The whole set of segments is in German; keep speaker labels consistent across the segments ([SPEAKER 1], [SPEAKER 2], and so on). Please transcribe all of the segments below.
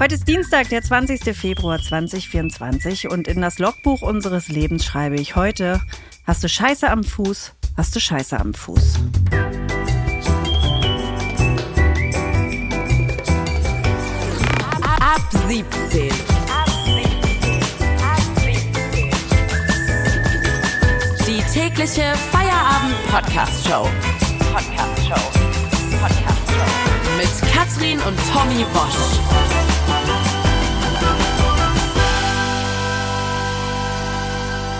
[SPEAKER 1] Heute ist Dienstag, der 20. Februar 2024 und in das Logbuch unseres Lebens schreibe ich heute, hast du Scheiße am Fuß, hast du Scheiße am Fuß.
[SPEAKER 2] Ab 17. Die tägliche Feierabend-Podcast-Show. Podcast-Show. Podcast-Show. Mit Katrin und Tommy Bosch.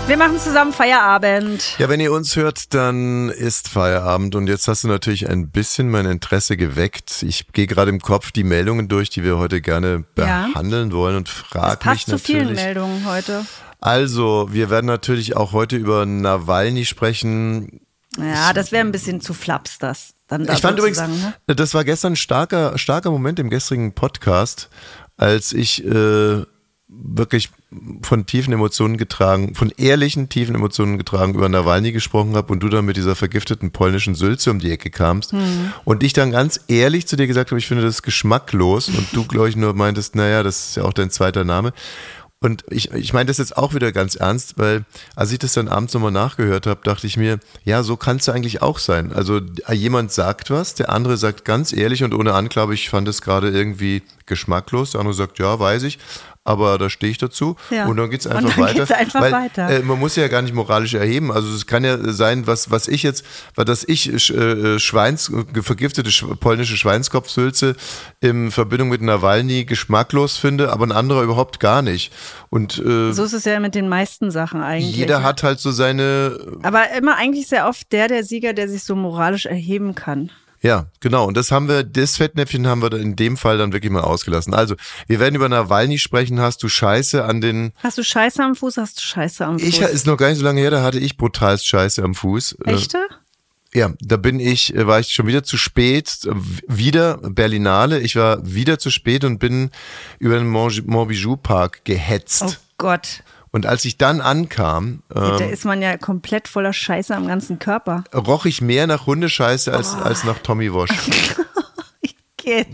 [SPEAKER 1] Wir machen zusammen Feierabend.
[SPEAKER 3] Ja, wenn ihr uns hört, dann ist Feierabend und jetzt hast du natürlich ein bisschen mein Interesse geweckt. Ich gehe gerade im Kopf die Meldungen durch, die wir heute gerne
[SPEAKER 1] Ja.
[SPEAKER 3] behandeln wollen und frage
[SPEAKER 1] Das passt
[SPEAKER 3] mich
[SPEAKER 1] zu vielen
[SPEAKER 3] natürlich.
[SPEAKER 1] Meldungen heute.
[SPEAKER 3] Also, wir werden natürlich auch heute über Nawalny sprechen.
[SPEAKER 1] Ja, das wäre ein bisschen zu flaps, das. Dann da
[SPEAKER 3] ich fand übrigens, äh,
[SPEAKER 1] sozusagen, ne?
[SPEAKER 3] das war gestern ein starker, starker Moment im gestrigen Podcast, als ich äh, wirklich von tiefen Emotionen getragen, von ehrlichen tiefen Emotionen getragen über Nawalny gesprochen habe und du dann mit dieser vergifteten polnischen Sülze um die Ecke kamst
[SPEAKER 1] Hm.
[SPEAKER 3] und ich dann ganz ehrlich zu dir gesagt habe, ich finde das geschmacklos und du, glaube ich, nur meintest, naja, das ist ja auch dein zweiter Name. Und ich, ich meine das jetzt auch wieder ganz ernst, weil als ich das dann abends nochmal nachgehört habe, dachte ich mir, ja, so kannst du eigentlich auch sein. Also jemand sagt was, der andere sagt ganz ehrlich und ohne Anklage, ich fand es gerade irgendwie geschmacklos. Der andere sagt, ja, weiß ich, aber da stehe ich dazu.
[SPEAKER 1] Ja.
[SPEAKER 3] Und dann geht's
[SPEAKER 1] Und
[SPEAKER 3] einfach
[SPEAKER 1] dann
[SPEAKER 3] weiter.
[SPEAKER 1] geht's einfach
[SPEAKER 3] weil,
[SPEAKER 1] weiter.
[SPEAKER 3] Äh, man muss ja gar nicht moralisch erheben. Also es kann ja sein, was, was ich jetzt, weil dass ich sch- äh, Schweins, äh, vergiftete sch polnische Schweinskopfsülze in Verbindung mit Nawalny geschmacklos finde, aber ein anderer überhaupt gar nicht. Und äh,
[SPEAKER 1] So ist es ja mit den meisten Sachen eigentlich.
[SPEAKER 3] jeder hat halt so seine,
[SPEAKER 1] Aber immer eigentlich sehr oft der, der Sieger, der sich so moralisch erheben kann.
[SPEAKER 3] ja, genau. Und das haben wir, das Fettnäpfchen haben wir in dem Fall dann wirklich mal ausgelassen. Also, wir werden über Nawalny sprechen. Hast du Scheiße an den
[SPEAKER 1] Hast du Scheiße am Fuß, hast du Scheiße am Fuß.
[SPEAKER 3] ich ist noch gar nicht so lange her, da hatte ich brutalst Scheiße am Fuß. Äh,
[SPEAKER 1] Echte?
[SPEAKER 3] Ja, da bin ich, äh, war ich schon wieder zu spät, äh, w- wieder Berlinale. Ich war wieder zu spät und bin über den Mont- Montbijou Park gehetzt.
[SPEAKER 1] Oh Gott.
[SPEAKER 3] Und als ich dann ankam,
[SPEAKER 1] Da
[SPEAKER 3] ähm,
[SPEAKER 1] ist man ja komplett voller Scheiße am ganzen Körper.
[SPEAKER 3] roch ich mehr nach Hundescheiße als,
[SPEAKER 1] Oh.
[SPEAKER 3] als nach Tommy Wash.
[SPEAKER 1] Geht.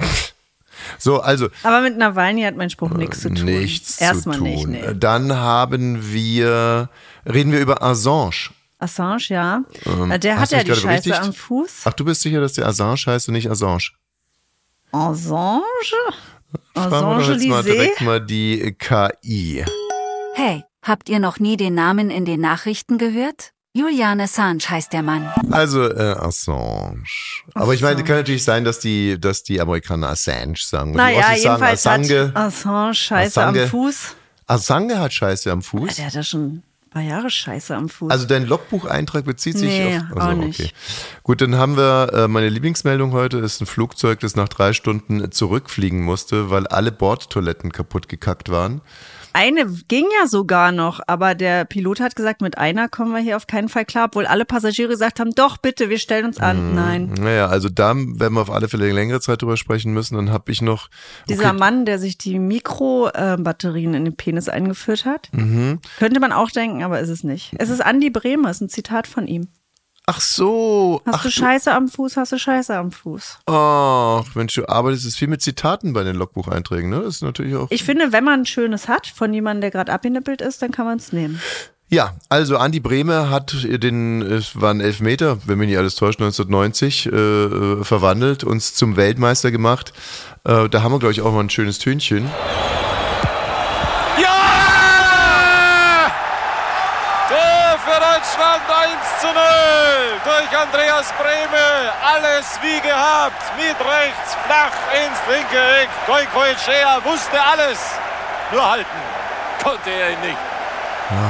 [SPEAKER 3] So, also
[SPEAKER 1] Aber mit Nawalny hat mein Spruch nichts zu tun.
[SPEAKER 3] Äh, nichts
[SPEAKER 1] Erstmal
[SPEAKER 3] zu tun.
[SPEAKER 1] nicht, nee.
[SPEAKER 3] Dann haben wir, reden wir über Assange.
[SPEAKER 1] Assange, ja. Ah, der
[SPEAKER 3] Ähm, hast
[SPEAKER 1] hat ja
[SPEAKER 3] du mich
[SPEAKER 1] die
[SPEAKER 3] gerade
[SPEAKER 1] Scheiße
[SPEAKER 3] berichtigt?
[SPEAKER 1] am Fuß.
[SPEAKER 3] Ach, du bist sicher, dass der Assange heißt und nicht Assange?
[SPEAKER 1] Assange?
[SPEAKER 3] Fragen Ah. wir
[SPEAKER 1] Assange
[SPEAKER 3] doch jetzt mal
[SPEAKER 1] Lisée?
[SPEAKER 3] direkt mal die KI.
[SPEAKER 4] Hey, habt ihr noch nie den Namen in den Nachrichten gehört? Julian Assange heißt der Mann.
[SPEAKER 3] Also äh, Assange. Aber ich meine, kann natürlich sein, dass die, dass die Amerikaner Assange sagen. Und die
[SPEAKER 1] Naja,
[SPEAKER 3] Ossis sagen
[SPEAKER 1] jedenfalls
[SPEAKER 3] Assange.
[SPEAKER 1] hat Ah. Assange Scheiße am
[SPEAKER 3] Assange.
[SPEAKER 1] Fuß.
[SPEAKER 3] Assange hat Scheiße am
[SPEAKER 1] Ja,
[SPEAKER 3] Fuß.
[SPEAKER 1] der hat ja schon ein paar Jahre Scheiße am Fuß.
[SPEAKER 3] Also dein Logbucheintrag bezieht sich
[SPEAKER 1] Nee,
[SPEAKER 3] auf.
[SPEAKER 1] auch
[SPEAKER 3] Also,
[SPEAKER 1] nicht.
[SPEAKER 3] Gut, dann haben wir äh, meine Lieblingsmeldung heute ist ein Flugzeug, das nach drei Stunden zurückfliegen musste, weil alle Bordtoiletten kaputt gekackt waren.
[SPEAKER 1] Eine ging ja sogar noch, aber der Pilot hat gesagt, mit einer kommen wir hier auf keinen Fall klar, obwohl alle Passagiere gesagt haben, doch bitte, wir stellen uns an. Nein.
[SPEAKER 3] Naja, also da werden wir auf alle Fälle längere Zeit drüber sprechen müssen. Dann habe ich noch
[SPEAKER 1] Dieser
[SPEAKER 3] okay,
[SPEAKER 1] Mann, der sich die Mikrobatterien in den Penis eingeführt hat,
[SPEAKER 3] Mhm.
[SPEAKER 1] könnte man auch denken, aber ist es nicht. Es ist Andy Bremer, ist ein Zitat von ihm.
[SPEAKER 3] Ach so.
[SPEAKER 1] Hast
[SPEAKER 3] ach
[SPEAKER 1] du Scheiße am Fuß, hast du Scheiße am Fuß.
[SPEAKER 3] Ach, Mensch, du arbeitest es viel mit Zitaten bei den Logbucheinträgen, ne? Das ist natürlich auch.
[SPEAKER 1] Ich finde, wenn man ein schönes hat von jemandem, der gerade abgenippelt ist, dann kann man es nehmen.
[SPEAKER 3] Ja, also Andi Brehme hat den, es waren Elfmeter, wenn mich nicht alles täuscht, 1990 äh, äh, verwandelt, uns zum Weltmeister gemacht. Äh, da haben wir, glaube ich, auch mal ein schönes Tönchen.
[SPEAKER 5] Ja! Ja, für Deutschland 1 zu 0 durch Andreas Brehme. Alles wie gehabt. Mit rechts flach ins linke Eck. Goikoetschea wusste alles. Nur halten konnte er ihn nicht.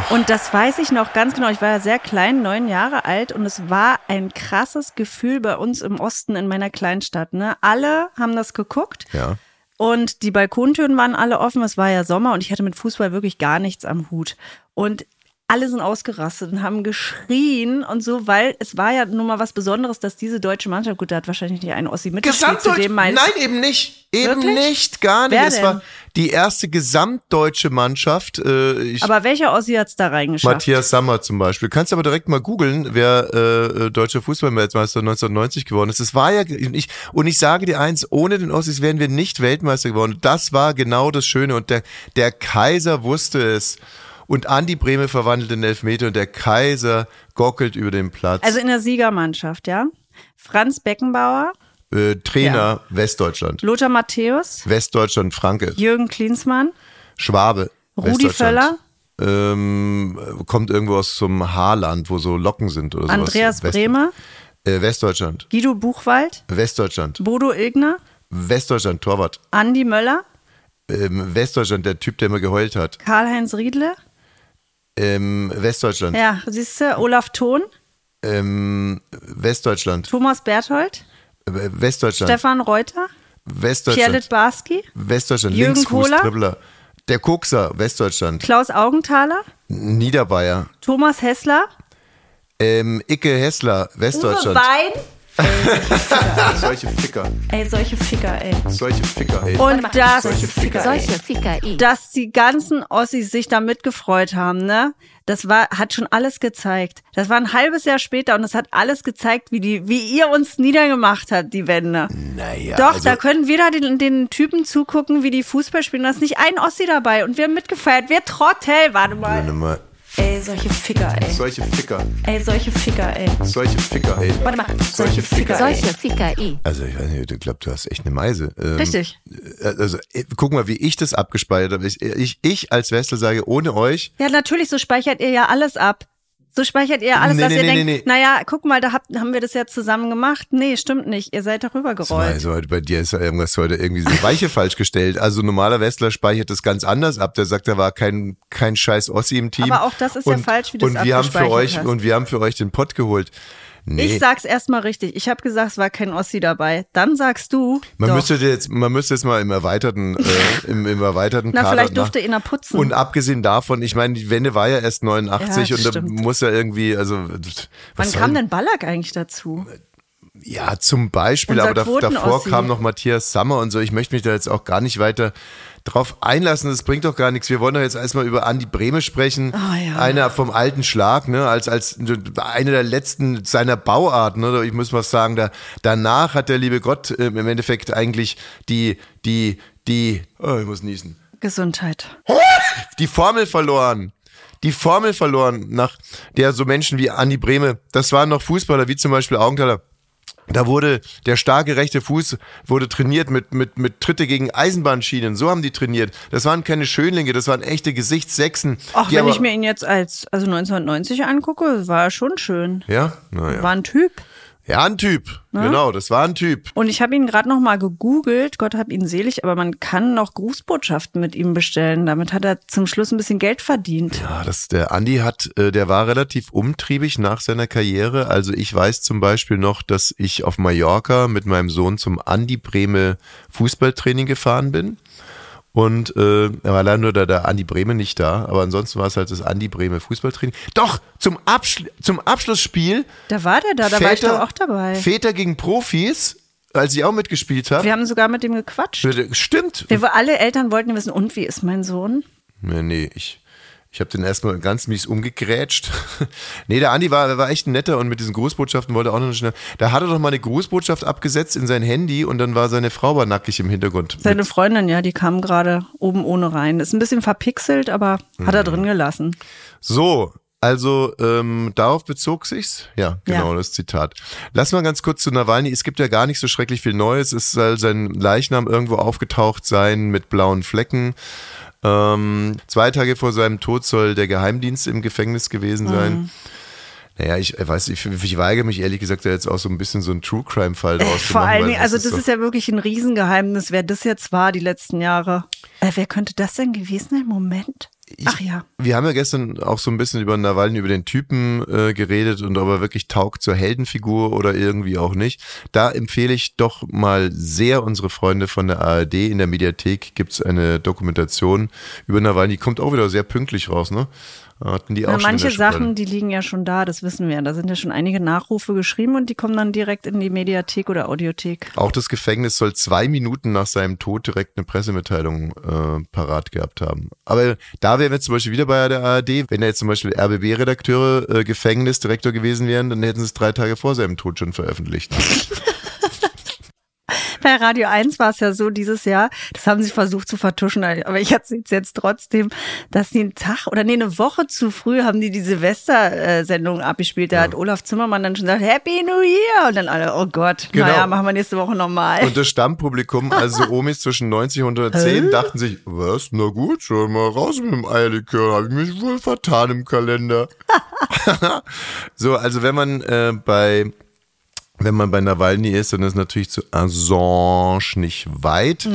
[SPEAKER 1] Und das weiß ich noch ganz genau. Ich war ja sehr klein, neun Jahre alt, und es war ein krasses Gefühl bei uns im Osten in meiner Kleinstadt. Ne? Alle haben das geguckt.
[SPEAKER 3] Ja.
[SPEAKER 1] Und die Balkontüren waren alle offen. Es war ja Sommer und ich hatte mit Fußball wirklich gar nichts am Hut. Und alle sind ausgerastet und haben geschrien und so, weil es war ja nun mal was Besonderes, dass diese deutsche Mannschaft, gut, da hat wahrscheinlich nicht ein Ossi mitgespielt, zu
[SPEAKER 3] Gesamtdeutsch?
[SPEAKER 1] dem mein
[SPEAKER 3] Nein, eben nicht. Eben
[SPEAKER 1] Wirklich?
[SPEAKER 3] nicht, gar nicht.
[SPEAKER 1] Wer
[SPEAKER 3] es
[SPEAKER 1] denn?
[SPEAKER 3] war die erste gesamtdeutsche Mannschaft. Äh, ich,
[SPEAKER 1] Aber welcher Ossi hat's da reingeschafft?
[SPEAKER 3] Matthias Sammer zum Beispiel. Kannst aber direkt mal googeln, wer äh, äh, deutscher Fußballweltmeister 1990 geworden ist. Das war ja, und ich, und ich sage dir eins, ohne den Ossis wären wir nicht Weltmeister geworden. Das war genau das Schöne und der, der Kaiser wusste es. Und Andi Brehme verwandelt den Elfmeter und der Kaiser gockelt über den Platz.
[SPEAKER 1] Also in der Siegermannschaft, ja? Franz Beckenbauer,
[SPEAKER 3] äh, Trainer Westdeutschland.
[SPEAKER 1] Lothar Matthäus,
[SPEAKER 3] Westdeutschland Franke.
[SPEAKER 1] Jürgen Klinsmann,
[SPEAKER 3] Schwabe.
[SPEAKER 1] Rudi
[SPEAKER 3] Westdeutschland. Ähm, kommt irgendwo aus zum Haarland, wo so Locken sind oder
[SPEAKER 1] Andreas
[SPEAKER 3] sowas. West-
[SPEAKER 1] Bremer,
[SPEAKER 3] Äh, Westdeutschland.
[SPEAKER 1] Guido Buchwald,
[SPEAKER 3] Westdeutschland.
[SPEAKER 1] Bodo Ilgner,
[SPEAKER 3] Westdeutschland, Torwart.
[SPEAKER 1] Andi Möller,
[SPEAKER 3] Ähm, Westdeutschland, der Typ, der immer geheult hat.
[SPEAKER 1] Karl-Heinz Riedle,
[SPEAKER 3] Ähm, Westdeutschland.
[SPEAKER 1] ja, siehst du, Olaf Thon,
[SPEAKER 3] Ähm, Westdeutschland.
[SPEAKER 1] Thomas Berthold,
[SPEAKER 3] Äh, Westdeutschland.
[SPEAKER 1] Stefan Reuter, Pierre
[SPEAKER 3] Westdeutschland.
[SPEAKER 1] Litbarski,
[SPEAKER 3] Westdeutschland.
[SPEAKER 1] Jürgen
[SPEAKER 3] Linksfuß,
[SPEAKER 1] Kohler.
[SPEAKER 3] Dribbler. Der Kokser, Westdeutschland.
[SPEAKER 1] Klaus Augenthaler,
[SPEAKER 3] Niederbayer.
[SPEAKER 1] Thomas Hessler,
[SPEAKER 3] Ähm, Icke Hessler,
[SPEAKER 1] Uwe
[SPEAKER 3] Westdeutschland.
[SPEAKER 1] Wein.
[SPEAKER 3] Solche Ficker.
[SPEAKER 6] Ey, solche Ficker, ey.
[SPEAKER 3] Solche Ficker, ey.
[SPEAKER 1] Und das,
[SPEAKER 6] Ficker,
[SPEAKER 4] Solche Ficker, i.
[SPEAKER 1] dass die ganzen Ossis sich da mitgefreut haben, ne? Das war, hat schon alles gezeigt. Das war ein halbes Jahr später und das hat alles gezeigt, wie die, wie ihr uns niedergemacht habt, die Wände.
[SPEAKER 3] Naja.
[SPEAKER 1] Doch,
[SPEAKER 3] also-
[SPEAKER 1] da können wir da den, den Typen zugucken, wie die Fußball spielen. Da ist nicht ein Ossi dabei und wir haben mitgefeiert. Wir Trottel, warte mal.
[SPEAKER 3] Warte mal.
[SPEAKER 6] Ey, solche Ficker, ey.
[SPEAKER 3] Solche Ficker.
[SPEAKER 6] Ey, solche Ficker, ey.
[SPEAKER 3] Solche Ficker, ey.
[SPEAKER 6] Warte mal, solche Ficker, ey.
[SPEAKER 4] Solche Ficker, i.
[SPEAKER 3] Also ich weiß nicht, ich glaube, du hast echt eine Meise. Ähm,
[SPEAKER 1] Richtig.
[SPEAKER 3] äh, Also äh, guck mal, wie ich das abgespeichert habe. Ich, ich, ich als Westel sage, ohne euch,
[SPEAKER 1] Ja, natürlich, so speichert ihr ja alles ab. So speichert ihr alles,
[SPEAKER 3] Nee,
[SPEAKER 1] dass
[SPEAKER 3] nee,
[SPEAKER 1] ihr
[SPEAKER 3] nee,
[SPEAKER 1] denkt,
[SPEAKER 3] nee, nee.
[SPEAKER 1] naja, guck mal, da habt, haben wir das ja zusammen gemacht. Nee, stimmt nicht. Ihr seid darüber gerollt.
[SPEAKER 3] also heute bei dir ist ja irgendwas heute irgendwie so Weiche falsch gestellt. Also ein normaler Westler speichert das ganz anders ab. Der sagt, da war kein kein scheiß Ossi im Team.
[SPEAKER 1] Aber auch das ist ja falsch, wie du
[SPEAKER 3] und
[SPEAKER 1] es
[SPEAKER 3] wir haben für
[SPEAKER 1] abgespeichert
[SPEAKER 3] euch
[SPEAKER 1] hast.
[SPEAKER 3] und wir haben für euch den Pott geholt. Nee,
[SPEAKER 1] Ich sag's erstmal richtig. Ich habe gesagt, es war kein Ossi dabei. Dann sagst du.
[SPEAKER 3] man
[SPEAKER 1] doch.
[SPEAKER 3] müsste jetzt man müsste jetzt mal im erweiterten äh, im, im erweiterten
[SPEAKER 1] Na,
[SPEAKER 3] Kader
[SPEAKER 1] vielleicht
[SPEAKER 3] nach-
[SPEAKER 1] durfte ihn er putzen.
[SPEAKER 3] Und abgesehen davon, ich meine, die Wende war ja erst 89
[SPEAKER 1] Ja,
[SPEAKER 3] und da
[SPEAKER 1] stimmt.
[SPEAKER 3] muss ja irgendwie, also
[SPEAKER 1] Wann
[SPEAKER 3] was soll Äh,
[SPEAKER 1] kam denn Ballack eigentlich dazu?
[SPEAKER 3] Ja, zum Beispiel,
[SPEAKER 1] Unser
[SPEAKER 3] aber da,
[SPEAKER 1] Quoten-Ossi.
[SPEAKER 3] davor kam noch Matthias Sammer und so. Ich möchte mich da jetzt auch gar nicht weiter drauf einlassen. Das bringt doch gar nichts. Wir wollen doch jetzt erstmal über Andi Brehme sprechen.
[SPEAKER 1] Ah, ja.
[SPEAKER 3] Einer vom alten Schlag, ne? Als, als einer der letzten seiner Bauart, ne? Ich muss mal sagen, da, danach hat der liebe Gott äh, im Endeffekt eigentlich die, die, die, oh, ich muss niesen
[SPEAKER 1] Gesundheit.
[SPEAKER 3] die Formel verloren. Die Formel verloren nach der so Menschen wie Andi Brehme. Das waren noch Fußballer, wie zum Beispiel Augenthaler. Da wurde der starke rechte Fuß wurde trainiert mit, mit, mit Tritte gegen Eisenbahnschienen. So haben die trainiert. Das waren keine Schönlinge, das waren echte Gesichtssechsen.
[SPEAKER 1] Auch
[SPEAKER 3] die
[SPEAKER 1] wenn
[SPEAKER 3] aber-
[SPEAKER 1] ich mir ihn jetzt als also 1990 angucke, war er schon schön.
[SPEAKER 3] Ah, Ja? Naja.
[SPEAKER 1] War ein Typ.
[SPEAKER 3] ja, ein Typ. Genau, das war ein Typ.
[SPEAKER 1] Und ich habe ihn gerade noch mal gegoogelt. Gott hab ihn selig, aber man kann noch Grußbotschaften mit ihm bestellen. Damit hat er zum Schluss ein bisschen Geld verdient.
[SPEAKER 3] Ja, Ah, das, der Andi hat, äh, der war relativ umtriebig nach seiner Karriere. Also ich weiß zum Beispiel noch, dass ich auf Mallorca mit meinem Sohn zum Andi Breme Fußballtraining gefahren bin. Und äh, er war leider nur der, der Andi Breme nicht da, aber ansonsten war es halt das Andi Breme Fußballtraining. Doch, zum, Abschl zum Abschlussspiel.
[SPEAKER 1] Da war der da, da war ich doch auch dabei.
[SPEAKER 3] Väter gegen Profis, als ich auch mitgespielt habe.
[SPEAKER 1] Wir haben sogar mit ihm gequatscht.
[SPEAKER 3] Stimmt.
[SPEAKER 1] Wir, alle Eltern wollten wissen, und wie ist mein Sohn?
[SPEAKER 3] Nee, nee, ich, ich habe den erstmal ganz mies umgegrätscht. nee, der Andi war, war echt ein netter und mit diesen Grußbotschaften wollte er auch noch schnell. Da hat er doch mal eine Grußbotschaft abgesetzt in sein Handy und dann war seine Frau war nackig im Hintergrund.
[SPEAKER 1] Seine Freundin, ja, die kam gerade oben ohne rein. Ist ein bisschen verpixelt, aber hat
[SPEAKER 3] Mhm.
[SPEAKER 1] er drin gelassen.
[SPEAKER 3] So, also ähm, darauf bezog sich's. Ja, genau,
[SPEAKER 1] Ja.
[SPEAKER 3] das Zitat. Lass mal ganz kurz zu Nawalny. Es gibt ja gar nicht so schrecklich viel Neues. Es soll sein Leichnam irgendwo aufgetaucht sein mit blauen Flecken. Ähm, zwei Tage vor seinem Tod soll der Geheimdienst im Gefängnis gewesen sein.
[SPEAKER 1] Mhm.
[SPEAKER 3] Naja, ich äh, weiß, ich, ich weigere mich ehrlich gesagt da jetzt auch so ein bisschen so ein True Crime Fall draus zu
[SPEAKER 1] Vor
[SPEAKER 3] machen,
[SPEAKER 1] allen
[SPEAKER 3] weil
[SPEAKER 1] Dingen, also das
[SPEAKER 3] doch-
[SPEAKER 1] ist ja wirklich ein Riesengeheimnis, wer das jetzt war die letzten Jahre. Äh, wer könnte das denn gewesen sein? Moment. Ach ja.
[SPEAKER 3] Wir haben ja gestern auch so ein bisschen über Nawalny, über den Typen äh, geredet und ob er wirklich taugt zur Heldenfigur oder irgendwie auch nicht. Da empfehle ich doch mal sehr unsere Freunde von der ARD. In der Mediathek gibt's eine Dokumentation über Nawalny. Kommt auch wieder sehr pünktlich raus, ne? Hatten die auch
[SPEAKER 1] Na,
[SPEAKER 3] schon in
[SPEAKER 1] manche
[SPEAKER 3] der Schublade.
[SPEAKER 1] Sachen, die liegen ja schon da, das wissen wir. Da sind ja schon einige Nachrufe geschrieben und die kommen dann direkt in die Mediathek oder Audiothek.
[SPEAKER 3] Auch das Gefängnis soll zwei Minuten nach seinem Tod direkt eine Pressemitteilung äh, parat gehabt haben. Aber da wären wir zum Beispiel wieder bei der ARD. Wenn da jetzt zum Beispiel RBB-Redakteure, äh, Gefängnisdirektor gewesen wären, dann hätten sie es drei Tage vor seinem Tod schon veröffentlicht.
[SPEAKER 1] Bei Radio 1 war es ja so dieses Jahr, das haben sie versucht zu vertuschen, aber ich erzähle es jetzt trotzdem, dass sie einen Tag oder nee, eine Woche zu früh haben die die Silvester-Sendung abgespielt. Da hat Olaf Zimmermann dann schon gesagt, Happy New Year! Und dann alle, oh Gott,
[SPEAKER 3] Genau.
[SPEAKER 1] naja, machen wir nächste Woche nochmal.
[SPEAKER 3] Und das Stammpublikum, also Omis zwischen 90 und 110, dachten sich, was, na gut, schon mal raus mit dem Eierlikör, habe ich mich wohl vertan im Kalender. so, also wenn man äh, bei... Wenn man bei Nawalny ist, dann ist natürlich zu Assange nicht weit.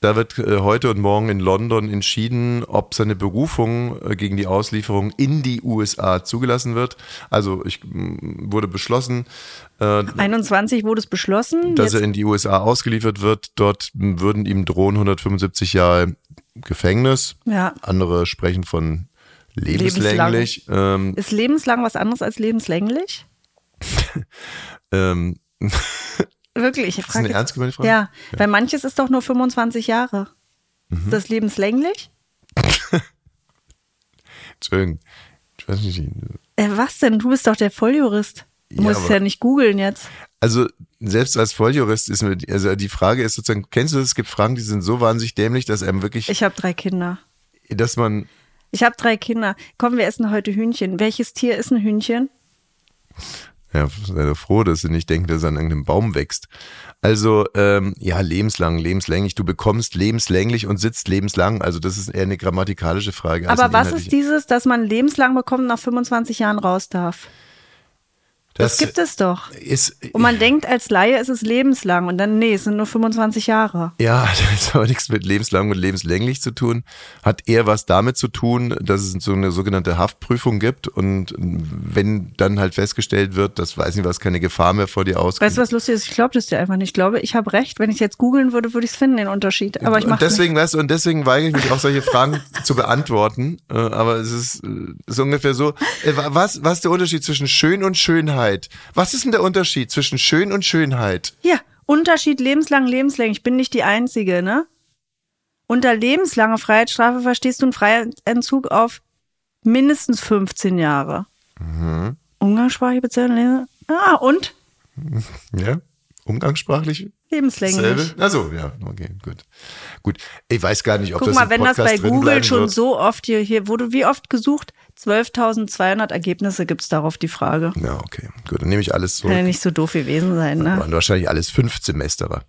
[SPEAKER 3] Da wird äh, heute und morgen in London entschieden, ob seine Berufung äh, gegen die Auslieferung in die USA zugelassen wird. Also ich, m, wurde beschlossen, äh,
[SPEAKER 1] 21 wurde es beschlossen.
[SPEAKER 3] dass
[SPEAKER 1] Jetzt,
[SPEAKER 3] er in die USA ausgeliefert wird. Dort würden ihm drohen 175 Jahre Gefängnis.
[SPEAKER 1] ja,
[SPEAKER 3] Andere sprechen von lebenslänglich. Ähm,
[SPEAKER 1] ist lebenslang was anderes als lebenslänglich?
[SPEAKER 3] ähm,
[SPEAKER 1] Wirklich, ich
[SPEAKER 3] das ist eine
[SPEAKER 1] frage
[SPEAKER 3] ernst gemeinte Frage.
[SPEAKER 1] Ja, weil manches ist doch nur 25 Jahre.
[SPEAKER 3] Mhm.
[SPEAKER 1] Ist das lebenslänglich?
[SPEAKER 3] Entschuldigung. Ich weiß nicht.
[SPEAKER 1] Äh, was denn? Du bist doch der Volljurist. Du
[SPEAKER 3] Ja,
[SPEAKER 1] musst
[SPEAKER 3] aber-
[SPEAKER 1] ja nicht googeln jetzt.
[SPEAKER 3] Also selbst als Volljurist ist mir, die- also die Frage ist sozusagen, kennst du das? Es gibt Fragen, die sind so wahnsinnig dämlich, dass einem wirklich,
[SPEAKER 1] Ich habe drei Kinder.
[SPEAKER 3] dass man
[SPEAKER 1] Ich habe drei Kinder. Komm, wir essen heute Hühnchen. Welches Tier ist ein Hühnchen?
[SPEAKER 3] Ja, sei doch froh, dass sie nicht denken, dass er an irgendeinem Baum wächst. Also, ähm, ja, lebenslang, lebenslänglich. Du bekommst lebenslänglich und sitzt lebenslang. Also, das ist eher eine grammatikalische Frage. als
[SPEAKER 1] Aber
[SPEAKER 3] eine
[SPEAKER 1] was ist
[SPEAKER 3] inhaltliche.
[SPEAKER 1] dieses, dass man lebenslang bekommt und nach 25 Jahren raus darf? Das,
[SPEAKER 3] Das,
[SPEAKER 1] gibt es um doch.
[SPEAKER 3] Ist,
[SPEAKER 1] Und man denkt als Laie, es ist lebenslang und dann, nee, es sind nur 25 Jahre.
[SPEAKER 3] ja, das hat aber nichts mit lebenslang und lebenslänglich zu tun. Hat eher was damit zu tun, dass es so eine sogenannte Haftprüfung gibt. Und wenn dann halt festgestellt wird, dass, weiß nicht was, keine Gefahr mehr vor dir ausgeht.
[SPEAKER 1] Weißt du, was lustig ist? Ich glaube das dir einfach nicht. Ich glaube, ich habe recht. Wenn ich jetzt googeln würde, würde ich es finden, den Unterschied. Aber ich
[SPEAKER 3] und
[SPEAKER 1] mache es nicht.
[SPEAKER 3] deswegen, weißt du, und deswegen weigere ich mich auch solche Fragen zu beantworten. Äh, aber es ist, äh, ist ungefähr so. Äh, wa- was, was ist der Unterschied zwischen schön und Schönheit? Was ist denn der Unterschied zwischen schön und Schönheit?
[SPEAKER 1] Ja, Unterschied lebenslang, lebenslänglich. Ich bin nicht die Einzige, ne? Unter lebenslange Freiheitsstrafe verstehst du einen Freiheitsentzug auf mindestens 15 Jahre. Mhm. Umgangssprachliche Bezeichnung. Ah, und
[SPEAKER 3] Ja? Umgangssprachlich?
[SPEAKER 1] lebenslänglich.
[SPEAKER 3] Dasselbe? Also ja, okay, gut. Gut. Ich weiß gar nicht, ob
[SPEAKER 1] Guck
[SPEAKER 3] das
[SPEAKER 1] mal,
[SPEAKER 3] im
[SPEAKER 1] wenn das
[SPEAKER 3] Podcast
[SPEAKER 1] bei
[SPEAKER 3] drin
[SPEAKER 1] Google
[SPEAKER 3] bleiben
[SPEAKER 1] schon
[SPEAKER 3] wird.
[SPEAKER 1] so oft hier, hier wurde wie oft gesucht? 12.200 Ergebnisse gibt's darauf die Frage.
[SPEAKER 3] Ja, okay. Gut, dann nehme ich alles
[SPEAKER 1] Kann ja
[SPEAKER 3] zurück.
[SPEAKER 1] nicht so doof gewesen sein, ne?
[SPEAKER 3] Waren wahrscheinlich alles fünf Semesterer.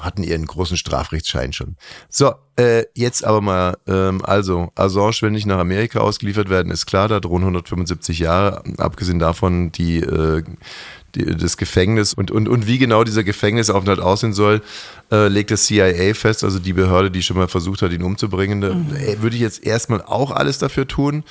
[SPEAKER 3] Hatten ihren großen Strafrechtsschein schon. So, äh, jetzt aber mal, ähm, also, Assange will nicht nach Amerika ausgeliefert werden, ist klar, da drohen 175 Jahre, abgesehen davon die, äh, die das Gefängnis und, und, und wie genau dieser Gefängnisaufenthalt aussehen soll, äh, legt das CIA fest, also die Behörde, die schon mal versucht hat, ihn umzubringen. Da, äh, Würde ich jetzt erstmal auch alles dafür tun,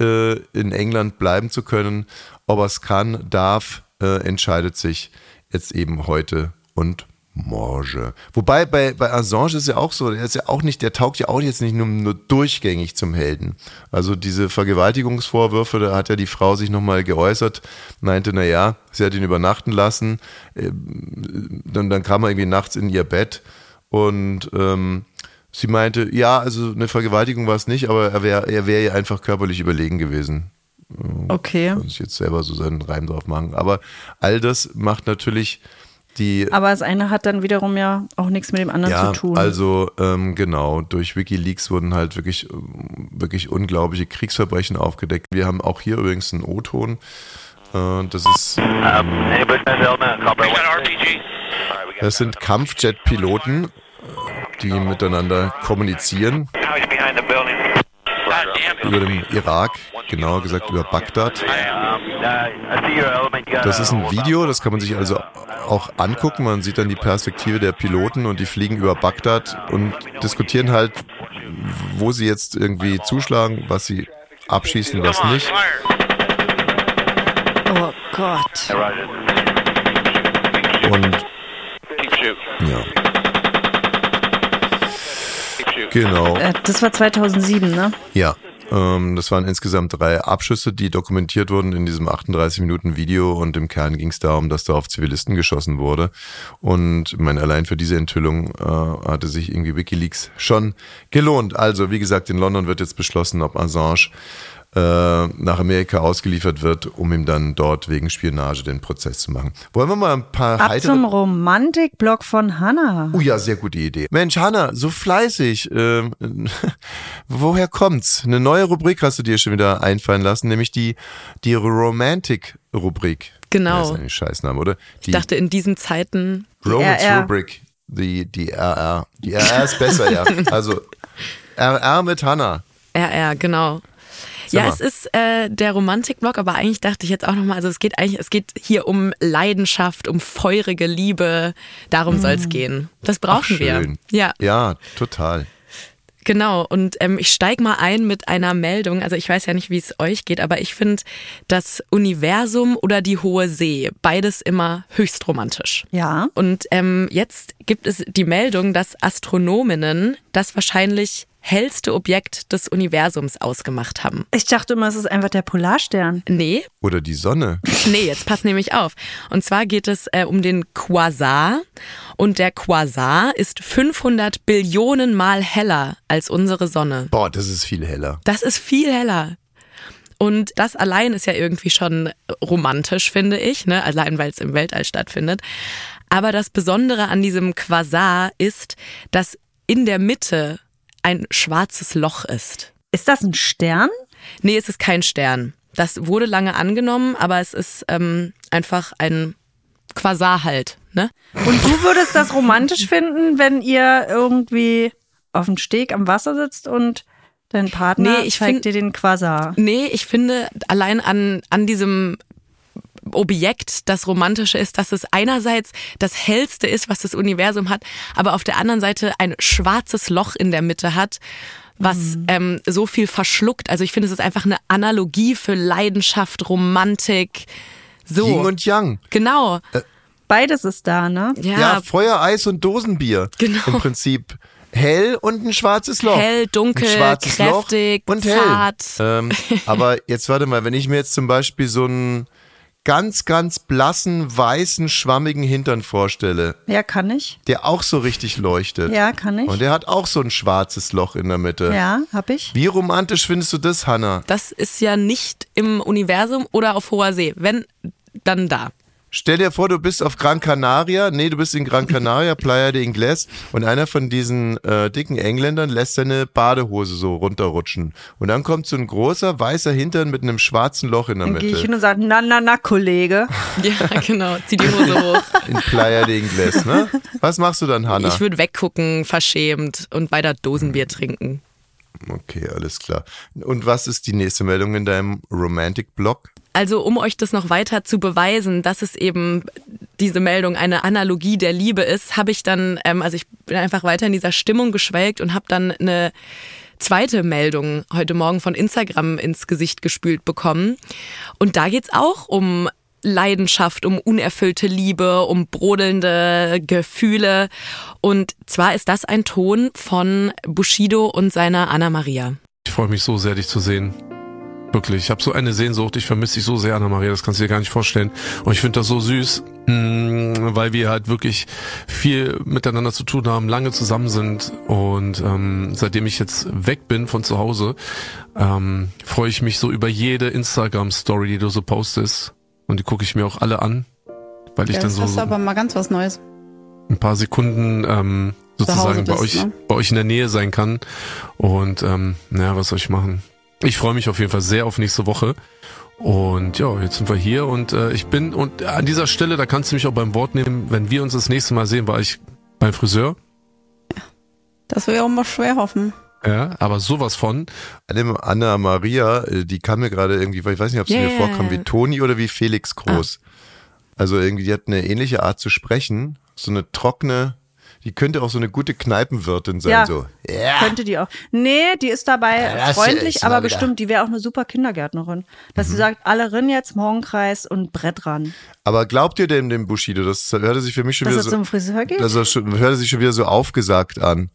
[SPEAKER 3] äh, in England bleiben zu können. Ob er es kann, darf, äh, entscheidet sich jetzt eben heute und morgen. Wobei bei, bei Assange ist ja auch so, der ist ja auch nicht, der taugt ja auch jetzt nicht nur, nur durchgängig zum Helden. Also diese Vergewaltigungsvorwürfe, da hat ja die Frau sich nochmal geäußert, meinte, naja, sie hat ihn übernachten lassen, Ähm, dann, dann kam er irgendwie nachts in ihr Bett und ähm, sie meinte, ja, also eine Vergewaltigung war es nicht, aber er wäre er wär ihr einfach körperlich überlegen gewesen
[SPEAKER 1] Okay.
[SPEAKER 3] muss ich jetzt selber so seinen Reim drauf machen. Aber all das macht natürlich die.
[SPEAKER 1] Aber das eine hat dann wiederum ja auch nichts mit dem anderen
[SPEAKER 3] Ja,
[SPEAKER 1] zu tun.
[SPEAKER 3] also ähm, genau, durch Wikileaks wurden halt wirklich, ähm, wirklich unglaubliche Kriegsverbrechen aufgedeckt. Wir haben auch hier übrigens einen O-Ton. Äh, Das, ist,
[SPEAKER 7] Anybody special element? Copper. We got RPG.
[SPEAKER 3] das sind Kampfjet-Piloten, äh, die miteinander kommunizieren
[SPEAKER 7] Now he's behind the building. God damn
[SPEAKER 3] über den Irak, genauer gesagt über Bagdad. Das ist ein Video, das kann man sich also auch angucken. Man sieht dann die Perspektive der Piloten und die fliegen über Bagdad und diskutieren halt, wo sie jetzt irgendwie zuschlagen, was sie Abschießen
[SPEAKER 7] Come
[SPEAKER 3] das
[SPEAKER 7] on,
[SPEAKER 3] nicht.
[SPEAKER 7] fire.
[SPEAKER 1] Oh Gott.
[SPEAKER 3] Und
[SPEAKER 7] Keep shoot.
[SPEAKER 3] ja,
[SPEAKER 7] Keep shoot.
[SPEAKER 3] genau.
[SPEAKER 1] Äh, Das war 2007, ne?
[SPEAKER 3] Ja, ähm, das waren insgesamt drei Abschüsse, die dokumentiert wurden in diesem 38-Minuten-Video und im Kern ging es darum, dass da auf Zivilisten geschossen wurde. Und ich meine, allein für diese Enthüllung äh, hatte sich irgendwie Wikileaks schon gelohnt. Also, wie gesagt, in London wird jetzt beschlossen, ob Assange äh, nach Amerika ausgeliefert wird, um ihm dann dort wegen Spionage den Prozess zu machen. Wollen wir mal ein paar
[SPEAKER 1] Ab
[SPEAKER 3] heitere
[SPEAKER 1] zum Romantikblock von Hannah.
[SPEAKER 3] Oh ja, sehr gute Idee. Mensch, Hanna, so fleißig. Ähm, woher kommt's? Eine neue Rubrik hast du dir schon wieder einfallen lassen, nämlich die, die Romantic-Rubrik.
[SPEAKER 8] Genau.
[SPEAKER 3] Das ist ein Scheißname, oder? Die
[SPEAKER 8] Ich dachte, in diesen Zeiten
[SPEAKER 1] RR.
[SPEAKER 3] Romance-Rubrik. Die, die RR. Die RR ist besser, ja. Also RR mit Hanna.
[SPEAKER 8] RR, genau. ja,
[SPEAKER 3] mal.
[SPEAKER 8] es ist äh, der Romantikblock, aber eigentlich dachte ich jetzt auch nochmal, also es geht eigentlich, es geht hier um Leidenschaft, um feurige Liebe. Darum soll's gehen. Das brauchen
[SPEAKER 3] Mm. Schön.
[SPEAKER 8] wir. Ja,
[SPEAKER 3] Ja, total.
[SPEAKER 8] Genau, und ähm, ich steige mal ein mit einer Meldung. Also ich weiß ja nicht, wie es euch geht, aber ich finde das Universum oder die hohe See, beides immer höchst romantisch.
[SPEAKER 1] Ja.
[SPEAKER 8] Und ähm, jetzt gibt es die Meldung, dass Astronominnen das wahrscheinlich hellste Objekt des Universums ausgemacht haben.
[SPEAKER 1] Ich dachte immer, es ist einfach der Polarstern.
[SPEAKER 8] Nee,
[SPEAKER 3] Oder die Sonne.
[SPEAKER 8] Nee, jetzt pass nämlich auf. Und zwar geht es äh, um den Quasar. Und der Quasar ist 500 Billionen Mal heller als unsere Sonne.
[SPEAKER 3] Boah, das ist viel heller.
[SPEAKER 8] Das ist viel heller. Und das allein ist ja irgendwie schon romantisch, finde ich, ne? allein weil es im Weltall stattfindet. Aber das Besondere an diesem Quasar ist, dass in der Mitte ein schwarzes Loch ist.
[SPEAKER 1] Ist das ein Stern?
[SPEAKER 8] Nee, es ist kein Stern. Das wurde lange angenommen, aber es ist ähm, einfach ein Quasar halt. Ne?
[SPEAKER 1] Und du würdest das romantisch finden, wenn ihr irgendwie auf dem Steg am Wasser sitzt und dein Partner
[SPEAKER 8] Nee, ich
[SPEAKER 1] zeigt
[SPEAKER 8] find-
[SPEAKER 1] dir den Quasar.
[SPEAKER 8] Nee, ich finde allein an, an diesem Objekt das Romantische ist, dass es einerseits das Hellste ist, was das Universum hat, aber auf der anderen Seite ein schwarzes Loch in der Mitte hat, was
[SPEAKER 3] Mhm.
[SPEAKER 8] ähm, so viel verschluckt. Also ich finde, es ist einfach eine Analogie für Leidenschaft, Romantik. So.
[SPEAKER 3] Yin und Yang.
[SPEAKER 8] genau.
[SPEAKER 1] Beides ist da, ne?
[SPEAKER 8] ja,
[SPEAKER 3] Ja, Feuer, Eis und Dosenbier.
[SPEAKER 8] Genau.
[SPEAKER 3] Im Prinzip hell und ein schwarzes Loch.
[SPEAKER 8] Hell, dunkel,
[SPEAKER 3] Ein schwarzes
[SPEAKER 8] kräftig,
[SPEAKER 3] Loch und
[SPEAKER 8] zart.
[SPEAKER 3] hell. Ähm, aber jetzt warte mal, wenn ich mir jetzt zum Beispiel so einen ganz, ganz blassen, weißen, schwammigen Hintern vorstelle,
[SPEAKER 1] Ja, kann ich.
[SPEAKER 3] der auch so richtig leuchtet.
[SPEAKER 1] Ja, kann ich.
[SPEAKER 3] Und der hat auch so ein schwarzes Loch in der Mitte.
[SPEAKER 1] Ja, hab ich.
[SPEAKER 3] Wie romantisch findest du das, Hanna?
[SPEAKER 8] Das ist ja nicht im Universum oder auf hoher See. Wenn, dann da.
[SPEAKER 3] Stell dir vor, du bist auf Gran Canaria, nee, du bist in Gran Canaria, Playa de Ingles, und einer von diesen äh, dicken Engländern lässt seine Badehose so runterrutschen. Und dann kommt so ein großer weißer Hintern mit einem schwarzen Loch in der
[SPEAKER 1] Dann gehe ich hin
[SPEAKER 3] Mitte.
[SPEAKER 1] und sage, na, na, na, Kollege.
[SPEAKER 8] Ja, genau. Zieh die Hose hoch.
[SPEAKER 3] In Playa de Ingles, ne? Was machst du dann, Hanna?
[SPEAKER 8] Ich würde weggucken, verschämt und weiter Dosenbier trinken.
[SPEAKER 3] Okay, alles klar. Und was ist die nächste Meldung in deinem Romantic-Blog?
[SPEAKER 8] Also um euch das noch weiter zu beweisen, dass es eben diese Meldung eine Analogie der Liebe ist, habe ich dann, ähm, also ich bin einfach weiter in dieser Stimmung geschwelgt und habe dann eine zweite Meldung heute Morgen von Instagram ins Gesicht gespült bekommen. Und da geht's auch um Leidenschaft, um unerfüllte Liebe, um brodelnde Gefühle. Und zwar ist das ein Ton von Bushido und seiner Anna Maria.
[SPEAKER 9] Ich freue mich so sehr, dich zu sehen. Wirklich, ich habe so eine Sehnsucht. Ich vermisse dich so sehr, Anna-Maria. Das kannst du dir gar nicht vorstellen. Und ich finde das so süß, mh, weil wir halt wirklich viel miteinander zu tun haben, lange zusammen sind. Und ähm, seitdem ich jetzt weg bin von zu Hause, ähm, freue ich mich so über jede Instagram-Story, die du so postest. Und die gucke ich mir auch alle an, weil ich
[SPEAKER 6] Ja,
[SPEAKER 9] dann
[SPEAKER 6] das
[SPEAKER 9] so
[SPEAKER 6] ist aber mal ganz was Neues.
[SPEAKER 9] ein paar Sekunden ähm, sozusagen
[SPEAKER 6] Zu
[SPEAKER 9] bei
[SPEAKER 6] Hause
[SPEAKER 9] euch
[SPEAKER 6] bist, ne?
[SPEAKER 9] bei euch in der Nähe sein kann. Und ähm, naja, was soll ich machen? Ich freue mich auf jeden Fall sehr auf nächste Woche. Und ja, jetzt sind wir hier und äh, ich bin und an dieser Stelle, da kannst du mich auch beim Wort nehmen, wenn wir uns das nächste Mal sehen, war ich beim Friseur.
[SPEAKER 6] Das will ich auch mal schwer hoffen.
[SPEAKER 9] Ja, aber sowas von.
[SPEAKER 3] Anne- Anna Maria, äh, die kam mir gerade irgendwie, ich weiß nicht, ob sie mir
[SPEAKER 8] Yeah.
[SPEAKER 3] vorkam, wie Toni oder wie Felix
[SPEAKER 1] Ah.
[SPEAKER 3] Groß. Also irgendwie, die hat eine ähnliche Art zu sprechen, so eine trockene, Die könnte auch so eine gute Kneipenwirtin sein.
[SPEAKER 1] Ja.
[SPEAKER 3] So. Ja.
[SPEAKER 1] Könnte die auch. Nee, die ist dabei
[SPEAKER 3] Ja, das
[SPEAKER 1] freundlich,
[SPEAKER 3] ist
[SPEAKER 1] aber
[SPEAKER 3] mal wieder- Mhm.
[SPEAKER 1] bestimmt, die wäre auch eine super Kindergärtnerin. Dass sie sagt, alle Rinn jetzt, Morgenkreis und Brett ran.
[SPEAKER 3] Aber glaubt ihr denn dem Bushido? Das hörte sich für mich schon
[SPEAKER 1] Dass
[SPEAKER 3] wieder
[SPEAKER 1] er
[SPEAKER 3] so.
[SPEAKER 1] zum Friseur geht?
[SPEAKER 3] Das hör- schon- hörte sich schon wieder so aufgesagt an.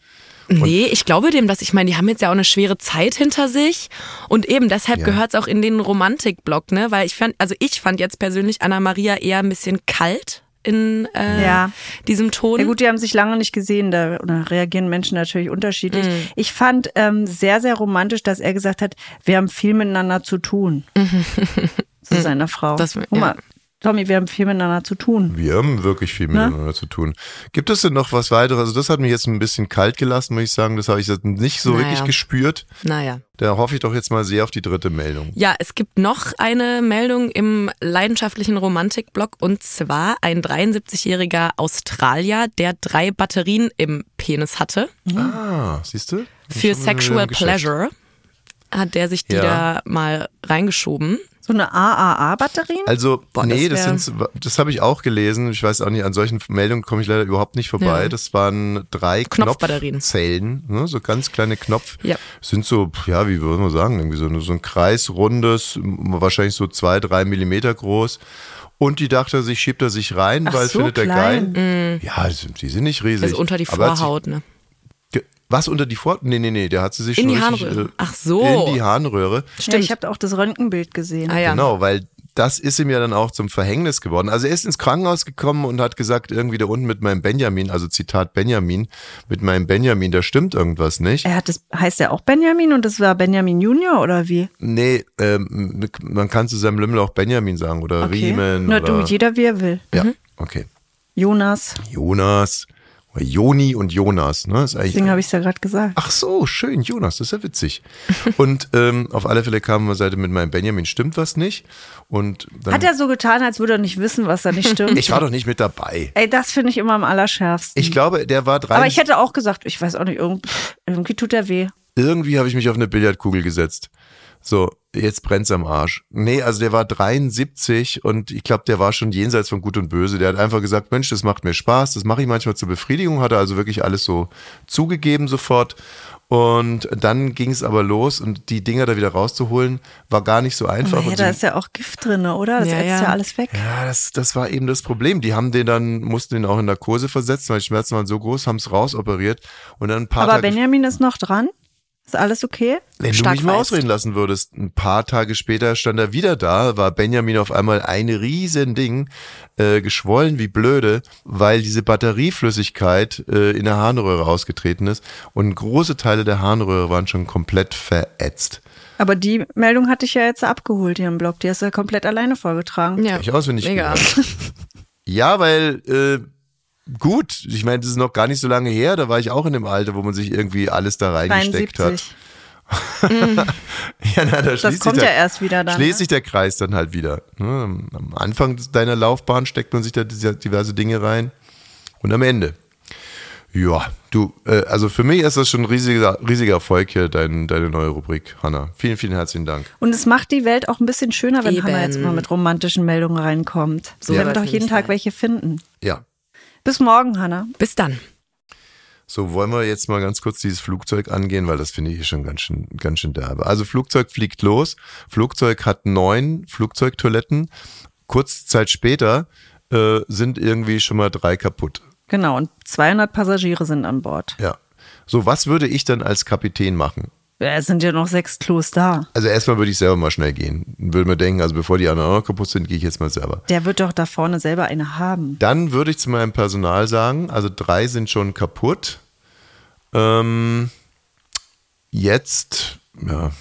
[SPEAKER 8] Nee, ich glaube dem, dass ich meine, die haben jetzt ja auch eine schwere Zeit hinter sich und eben deshalb
[SPEAKER 3] Ja.
[SPEAKER 8] gehört's auch in den Romantikblock, ne? Weil ich fand, also ich fand jetzt persönlich Anna Maria eher ein bisschen kalt in äh,
[SPEAKER 1] Ja.
[SPEAKER 8] diesem Ton.
[SPEAKER 1] Ja gut, die haben sich lange nicht gesehen, da oder reagieren Menschen natürlich unterschiedlich.
[SPEAKER 3] Mhm.
[SPEAKER 1] Ich fand ähm, sehr, sehr romantisch, dass er gesagt hat, wir haben viel miteinander zu tun. zu seiner Frau.
[SPEAKER 8] Das-
[SPEAKER 1] Guck mal, Tommy, wir haben viel miteinander zu tun.
[SPEAKER 3] Wir haben wirklich viel miteinander zu tun. Gibt es denn noch was weiteres? Also das hat mich jetzt ein bisschen kalt gelassen, muss ich sagen. Das habe ich jetzt nicht so
[SPEAKER 8] Naja.
[SPEAKER 3] wirklich gespürt.
[SPEAKER 8] Naja.
[SPEAKER 3] Da hoffe ich doch jetzt mal sehr auf die dritte Meldung.
[SPEAKER 8] Ja, es gibt noch eine Meldung im leidenschaftlichen Romantikblock und zwar ein 73-jähriger Australier, der drei Batterien im Penis hatte.
[SPEAKER 3] Ah, siehst du?
[SPEAKER 8] Hm. Für
[SPEAKER 3] Schon wieder
[SPEAKER 8] Sexual
[SPEAKER 3] im Geschäft.
[SPEAKER 8] Pleasure hat der sich die
[SPEAKER 3] Ja.
[SPEAKER 8] da mal reingeschoben. also
[SPEAKER 1] So eine AAA-Batterien?
[SPEAKER 3] Also,
[SPEAKER 8] Boah, das
[SPEAKER 3] nee, das,
[SPEAKER 8] wär-
[SPEAKER 3] sind, das habe ich auch gelesen. Ich weiß auch nicht, an solchen Meldungen komme ich leider überhaupt nicht vorbei.
[SPEAKER 8] Ja.
[SPEAKER 3] Das waren drei
[SPEAKER 8] Knopfbatterien.
[SPEAKER 3] Knopfzellen, ne? so ganz kleine Knopf.
[SPEAKER 8] Ja.
[SPEAKER 3] Sind so, pf, ja, wie würden wir sagen, irgendwie so, so ein kreisrundes, m- wahrscheinlich so zwei, drei Millimeter groß. Und die dachte er sich, schiebt er sich rein,
[SPEAKER 1] Ach,
[SPEAKER 3] weil es
[SPEAKER 1] so
[SPEAKER 3] findet
[SPEAKER 1] klein.
[SPEAKER 3] er geil. Ja, die sind- die sind nicht riesig.
[SPEAKER 8] Also Mhm. unter die
[SPEAKER 3] Aber er hat sich-
[SPEAKER 8] Vorhaut, ne?
[SPEAKER 3] ge- was unter die Vorhaut? Nee, nee, nee, der hat sie sich
[SPEAKER 8] In
[SPEAKER 3] schon
[SPEAKER 8] die
[SPEAKER 3] richtig,
[SPEAKER 8] Harnröhre.
[SPEAKER 3] äh,
[SPEAKER 8] Ach so.
[SPEAKER 3] In die Harnröhre.
[SPEAKER 1] ja, ich habe auch das Röntgenbild gesehen.
[SPEAKER 8] Ah ja.
[SPEAKER 3] Genau, weil das ist ihm ja dann auch zum Verhängnis geworden. Also er ist ins Krankenhaus gekommen und hat gesagt, irgendwie da unten mit meinem Benjamin, also Zitat Benjamin, mit meinem Benjamin, da stimmt irgendwas nicht.
[SPEAKER 1] Er hat das, heißt er auch Benjamin und das war Benjamin Junior oder wie?
[SPEAKER 3] Nee, ähm, man kann zu seinem Lümmel auch Benjamin sagen oder Riemen.
[SPEAKER 1] Na
[SPEAKER 3] oder,
[SPEAKER 1] du, mhm. jeder wie er will.
[SPEAKER 3] ja, okay.
[SPEAKER 1] Jonas,
[SPEAKER 3] Jonas, oder Joni und Jonas, ne? Ist eigentlich
[SPEAKER 1] deswegen habe ich es ja gerade gesagt.
[SPEAKER 3] Ach so, schön, Jonas, das ist ja witzig. Und ähm, auf alle Fälle kam man Seite mit meinem Benjamin, stimmt was nicht. Und dann,
[SPEAKER 1] Hat er so getan, als würde er nicht wissen, was da nicht stimmt?
[SPEAKER 3] ich war doch nicht mit dabei.
[SPEAKER 1] Ey, das finde ich immer am allerschärfsten.
[SPEAKER 3] Ich glaube, der war drei.
[SPEAKER 1] Mhm. Aber ich hätte auch gesagt, ich weiß auch nicht, irgend- pff, irgendwie tut er weh.
[SPEAKER 3] irgendwie habe ich mich auf eine Billardkugel gesetzt. So, jetzt brennt's am Arsch. Nee, also der war 73 und ich glaube, der war schon jenseits von Gut und Böse. Der hat einfach gesagt, Mensch, das macht mir Spaß, das mache ich manchmal zur Befriedigung, hat er also wirklich alles so zugegeben sofort. Und dann ging es aber los und die Dinger da wieder rauszuholen, war gar nicht so einfach.
[SPEAKER 1] Oh, Ja,
[SPEAKER 3] und
[SPEAKER 1] da
[SPEAKER 3] sie-
[SPEAKER 1] ist ja auch Gift drin, oder? Das
[SPEAKER 8] Ja,
[SPEAKER 1] ätzt ja.
[SPEAKER 8] ja.
[SPEAKER 1] alles weg.
[SPEAKER 3] ja, das, das war eben das Problem. Die haben den dann, mussten den auch in Narkose versetzen, weil die Schmerzen waren so groß, haben's rausoperiert und dann ein paar
[SPEAKER 1] Aber
[SPEAKER 3] Tage
[SPEAKER 1] Benjamin ist noch dran? Ist alles okay?
[SPEAKER 3] Wenn du
[SPEAKER 8] stark
[SPEAKER 3] mich mal
[SPEAKER 8] weißt.
[SPEAKER 3] ausreden lassen würdest, ein paar Tage später stand er wieder da, war Benjamin auf einmal ein riesen Ding, äh, geschwollen wie blöde, weil diese Batterieflüssigkeit äh, in der Harnröhre ausgetreten ist und große Teile der Harnröhre waren schon komplett verätzt.
[SPEAKER 1] Aber die Meldung hatte ich ja jetzt abgeholt hier im Blog. Die hast du ja komplett alleine vorgetragen.
[SPEAKER 8] Ja.
[SPEAKER 3] Ich auswendig
[SPEAKER 8] Mega.
[SPEAKER 3] gelernt. Ja, weil äh, gut, ich meine, das ist noch gar nicht so lange her, da war ich auch in dem Alter, wo man sich irgendwie alles da reingesteckt hat.
[SPEAKER 1] 73.
[SPEAKER 3] Ja, na, da schließt sich
[SPEAKER 1] kommt
[SPEAKER 3] der,
[SPEAKER 1] ja erst wieder dann, ne?
[SPEAKER 3] Schließt sich der Kreis dann halt wieder. ne? Am Anfang deiner Laufbahn steckt man sich da diese- diverse Dinge rein und am Ende. Ja, du, äh, also für mich ist das schon ein riesiger, riesiger Erfolg hier, dein, deine neue Rubrik, Hanna. Vielen, vielen herzlichen Dank.
[SPEAKER 1] Und es macht die Welt auch ein bisschen schöner, wenn
[SPEAKER 8] Eben.
[SPEAKER 1] Hanna jetzt mal mit romantischen Meldungen reinkommt. So werden wir doch
[SPEAKER 8] soll's
[SPEAKER 1] jeden
[SPEAKER 8] nämlich
[SPEAKER 1] Tag
[SPEAKER 8] sein.
[SPEAKER 1] welche finden.
[SPEAKER 3] Ja,
[SPEAKER 1] Bis morgen, Hanna.
[SPEAKER 8] Bis dann.
[SPEAKER 3] so wollen wir jetzt mal ganz kurz dieses Flugzeug angehen, weil das finde ich schon ganz schön, ganz schön derbe. Also Flugzeug fliegt los, Flugzeug hat neun Flugzeugtoiletten, kurze Zeit später äh, sind irgendwie schon mal drei kaputt.
[SPEAKER 1] Genau, und 200 Passagiere sind an Bord.
[SPEAKER 3] Ja. So, was würde ich dann als Kapitän machen?
[SPEAKER 1] Ja, Es sind ja noch sechs Klos da.
[SPEAKER 3] Also erstmal würde ich selber mal schnell gehen. Würde mir denken, also bevor die anderen auch noch kaputt sind, gehe ich jetzt mal selber.
[SPEAKER 1] Der wird doch da vorne selber eine haben.
[SPEAKER 3] Dann würde ich zu meinem Personal sagen, also drei sind schon kaputt. Ähm, jetzt, ja,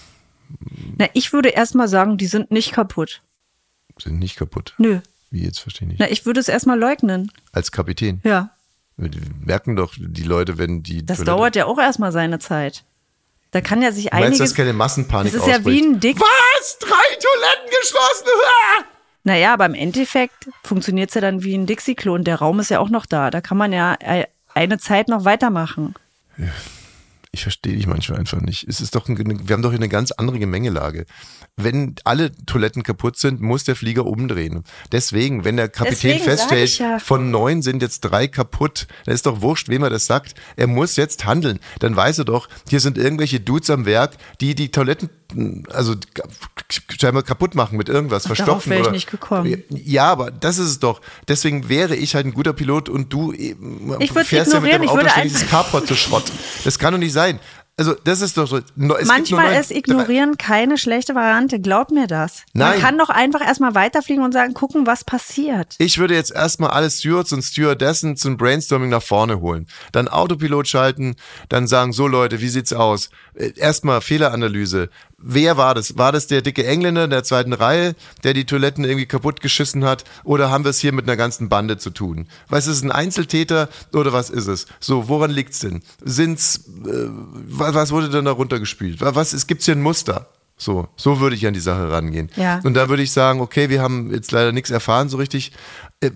[SPEAKER 1] Na, ich würde erstmal sagen, die sind nicht kaputt.
[SPEAKER 3] sind nicht kaputt.
[SPEAKER 1] Nö.
[SPEAKER 3] Wie jetzt verstehe ich nicht.
[SPEAKER 1] Na, ich würde es erstmal leugnen.
[SPEAKER 3] Als Kapitän.
[SPEAKER 1] Ja.
[SPEAKER 3] Wir merken doch die Leute, wenn die.
[SPEAKER 1] Das
[SPEAKER 3] Toilette-
[SPEAKER 1] dauert ja auch erstmal seine Zeit. Da kann ja sich
[SPEAKER 3] Meinst
[SPEAKER 1] einiges.
[SPEAKER 3] du, dass keine Massenpanik
[SPEAKER 1] Das ist ja wie
[SPEAKER 3] ausbricht?
[SPEAKER 1] ein Dick.
[SPEAKER 3] Was? Drei Toiletten geschlossen? Ah!
[SPEAKER 1] Naja, aber im Endeffekt funktioniert es ja dann wie ein Dixie-Klon. Der Raum ist ja auch noch da. Da kann man ja äh, eine Zeit noch weitermachen.
[SPEAKER 3] ich verstehe dich manchmal einfach nicht. Es ist doch ein, wir haben doch hier eine ganz andere Gemengelage. Wenn alle Toiletten kaputt sind, muss der Flieger umdrehen. Deswegen, wenn der Kapitän
[SPEAKER 1] Deswegen sag
[SPEAKER 3] feststellt,
[SPEAKER 1] ich ja.
[SPEAKER 3] von neun sind jetzt drei kaputt, dann ist doch wurscht, wem er das sagt. Er muss jetzt handeln. Dann weiß er doch, hier sind irgendwelche Dudes am Werk, die die Toiletten, also scheinbar kaputt machen mit irgendwas,
[SPEAKER 1] darauf
[SPEAKER 3] verstopfen.
[SPEAKER 1] wär ich
[SPEAKER 3] oder-
[SPEAKER 1] nicht gekommen.
[SPEAKER 3] Ja, aber das ist es doch. Deswegen wäre ich halt ein guter Pilot und du eben
[SPEAKER 1] Ich würd's
[SPEAKER 3] fährst ja mit
[SPEAKER 1] ignorieren,
[SPEAKER 3] dem
[SPEAKER 1] ich
[SPEAKER 3] Auto
[SPEAKER 1] würde
[SPEAKER 3] ständig das Carport zu Schrott. Das kann doch nicht sein. Also das ist doch so. No, es gibt nur
[SPEAKER 1] Manchmal
[SPEAKER 3] neun-
[SPEAKER 1] ist ignorieren keine schlechte Variante, glaub mir das.
[SPEAKER 3] Nein.
[SPEAKER 1] Man kann doch einfach erstmal weiterfliegen und sagen, gucken, was passiert.
[SPEAKER 3] Ich würde jetzt erstmal alle Stewards und Stewardessen zum Brainstorming nach vorne holen. Dann Autopilot schalten, dann sagen, so Leute, wie sieht's aus? Äh, Erstmal Fehleranalyse. Wer war das? War das der dicke Engländer in der zweiten Reihe, der die Toiletten irgendwie kaputt geschissen hat? Oder haben wir es hier mit einer ganzen Bande zu tun? Was ist es, ein Einzeltäter oder was ist es? So, woran liegt's denn? Sind's, äh, was, was wurde denn da runtergespielt? Wa- Was, es gibt's hier ein Muster? So, so würde ich an die Sache rangehen.
[SPEAKER 1] Ja.
[SPEAKER 3] Und da würde ich sagen, okay, wir haben jetzt leider nichts erfahren so richtig. Äh,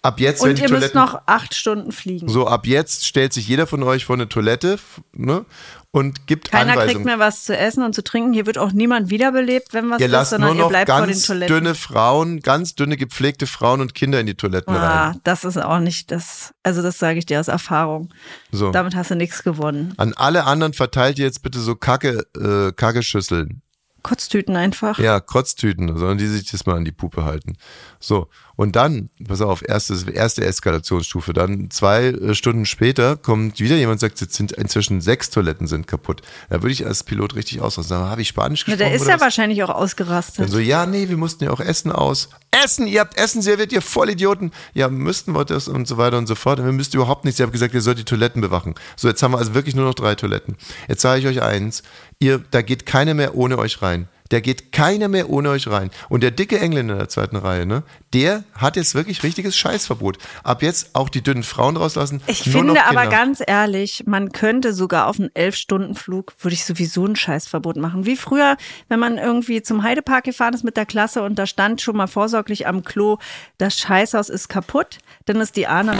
[SPEAKER 3] Ab jetzt, wenn
[SPEAKER 1] Und
[SPEAKER 3] die
[SPEAKER 1] ihr müsst
[SPEAKER 3] Toiletten,
[SPEAKER 1] noch acht Stunden fliegen.
[SPEAKER 3] so ab jetzt stellt sich jeder von euch vor eine Toilette f- ne, und gibt
[SPEAKER 1] Keiner kriegt
[SPEAKER 3] Anweisungen.
[SPEAKER 1] mehr was zu essen und zu trinken. Hier wird auch niemand wiederbelebt, wenn was
[SPEAKER 3] ihr
[SPEAKER 1] ist,
[SPEAKER 3] lasst
[SPEAKER 1] sondern
[SPEAKER 3] nur
[SPEAKER 1] ihr
[SPEAKER 3] noch
[SPEAKER 1] bleibt vor den
[SPEAKER 3] ganz
[SPEAKER 1] Toiletten.
[SPEAKER 3] dünne Frauen, ganz dünne gepflegte Frauen und Kinder in die Toiletten
[SPEAKER 1] ah,
[SPEAKER 3] rein.
[SPEAKER 1] das ist auch nicht das. Also das sage ich dir aus Erfahrung.
[SPEAKER 3] So.
[SPEAKER 1] Damit hast du nichts gewonnen.
[SPEAKER 3] An alle anderen verteilt ihr jetzt bitte so Kacke, äh, Kacke-Schüsseln.
[SPEAKER 1] Kotztüten einfach.
[SPEAKER 3] Ja, Kotztüten, sondern die sich das mal an die Puppe halten. So, und dann, pass auf, erstes, erste Eskalationsstufe. Dann zwei äh, Stunden später kommt wieder jemand und sagt, jetzt sind inzwischen sechs Toiletten sind kaputt. Da würde ich als Pilot richtig ausrasten. Sagen, habe ich Spanisch
[SPEAKER 1] Na,
[SPEAKER 3] gesprochen?
[SPEAKER 1] der ist
[SPEAKER 3] oder
[SPEAKER 1] ja
[SPEAKER 3] was?
[SPEAKER 1] wahrscheinlich auch
[SPEAKER 3] Dann
[SPEAKER 1] ausgerastet.
[SPEAKER 3] so, ja, nee, wir mussten ja auch Essen aus. Essen, ihr habt Essen serviert, ihr Vollidioten. Ja, müssten wir das und so weiter und so fort. Und wir müssten überhaupt nichts. Ihr habt gesagt, ihr sollt die Toiletten bewachen. So, jetzt haben wir also wirklich nur noch drei Toiletten. Jetzt sage ich euch eins. Ihr, da geht keiner mehr ohne euch rein. Da geht keiner mehr ohne euch rein. Und der dicke Engländer in der zweiten Reihe, ne, der hat jetzt wirklich richtiges Scheißverbot. Ab jetzt auch die dünnen Frauen rauslassen.
[SPEAKER 1] Ich
[SPEAKER 3] nur noch
[SPEAKER 1] finde aber
[SPEAKER 3] Kinder.
[SPEAKER 1] ganz ehrlich, man könnte sogar auf einen Elf-Stunden-Flug, würde ich sowieso ein Scheißverbot machen. Wie früher, wenn man irgendwie zum Heidepark gefahren ist mit der Klasse und da stand schon mal vorsorglich am Klo, das Scheißhaus ist kaputt, dann ist die Arne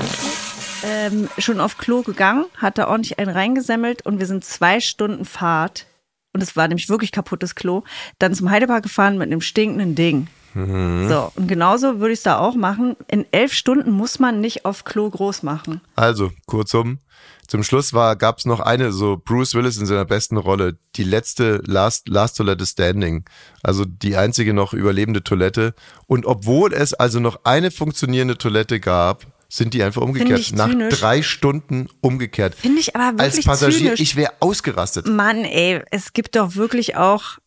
[SPEAKER 1] ähm, schon auf Klo gegangen, hat da ordentlich einen reingesemmelt und wir sind zwei Stunden Fahrt und es war nämlich wirklich kaputtes Klo, dann zum Heidepark gefahren mit einem stinkenden Ding.
[SPEAKER 3] Mhm.
[SPEAKER 1] So, und genauso würde ich es da auch machen. In elf Stunden muss man nicht auf Klo groß machen.
[SPEAKER 3] Also, kurzum, zum Schluss war gab es noch eine, so Bruce Willis in seiner besten Rolle, die letzte Last, Last Toilette Standing, also die einzige noch überlebende Toilette. Und obwohl es also noch eine funktionierende Toilette gab, sind die einfach umgekehrt.
[SPEAKER 1] ich
[SPEAKER 3] Nach
[SPEAKER 1] zynisch.
[SPEAKER 3] drei Stunden umgekehrt.
[SPEAKER 1] Finde ich aber
[SPEAKER 3] Als
[SPEAKER 1] wirklich
[SPEAKER 3] Passagier,
[SPEAKER 1] zynisch.
[SPEAKER 3] ich wäre ausgerastet.
[SPEAKER 1] Mann, ey, es gibt doch wirklich auch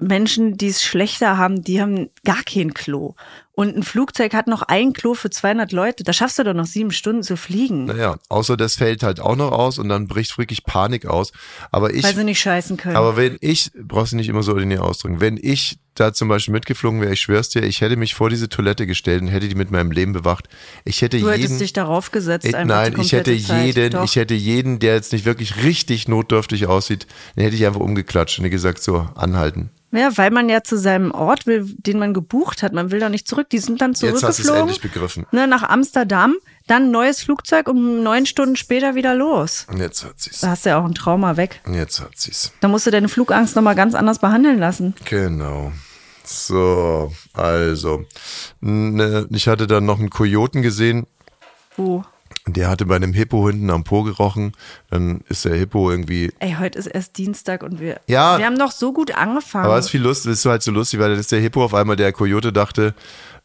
[SPEAKER 1] Menschen, die es schlechter haben, die haben gar kein Klo. Und ein Flugzeug hat noch ein Klo für 200 Leute. Da schaffst du doch noch sieben Stunden zu fliegen,
[SPEAKER 3] Naja, außer das fällt halt auch noch aus und dann bricht wirklich Panik aus. Aber ich
[SPEAKER 1] weil sie nicht scheißen können.
[SPEAKER 3] Aber wenn ich, brauchst du nicht immer so ordinär ausdrücken, wenn ich da zum Beispiel mitgeflogen wäre, ich schwör's dir, ich hätte mich vor diese Toilette gestellt und hätte die mit meinem Leben bewacht. Ich hätte
[SPEAKER 1] du hättest
[SPEAKER 3] jeden.
[SPEAKER 1] dich darauf gesetzt.
[SPEAKER 3] Äh,
[SPEAKER 1] einfach
[SPEAKER 3] nein,
[SPEAKER 1] die
[SPEAKER 3] ich hätte
[SPEAKER 1] komplette Zeit.
[SPEAKER 3] jeden,
[SPEAKER 1] Doch.
[SPEAKER 3] ich hätte jeden, der jetzt nicht wirklich richtig notdürftig aussieht, den hätte ich einfach umgeklatscht und hätte gesagt, so, anhalten.
[SPEAKER 1] Ja, weil man ja zu seinem Ort will, den man gebucht hat. Man will doch nicht zurück. Die sind dann
[SPEAKER 3] Jetzt hast du es
[SPEAKER 1] zurückgeflogen
[SPEAKER 3] endlich begriffen.
[SPEAKER 1] ne, nach Amsterdam, dann neues Flugzeug und neun Stunden später wieder los.
[SPEAKER 3] Jetzt hat sie's.
[SPEAKER 1] Da hast du ja auch ein Trauma weg.
[SPEAKER 3] Jetzt hat sie's.
[SPEAKER 1] Da musst du deine Flugangst nochmal ganz anders behandeln lassen.
[SPEAKER 3] Genau. So, also. Ne, ich hatte dann noch einen Kojoten gesehen,
[SPEAKER 1] Oh.
[SPEAKER 3] Der hatte bei einem Hippo hinten am Po gerochen. Dann ist der Hippo irgendwie.
[SPEAKER 1] Ey, heute ist erst Dienstag und wir,
[SPEAKER 3] Ja.
[SPEAKER 1] wir haben noch so gut angefangen.
[SPEAKER 3] Aber es ist viel lustig, ist so halt so lustig, weil dann ist der Hippo auf einmal der Kojote dachte,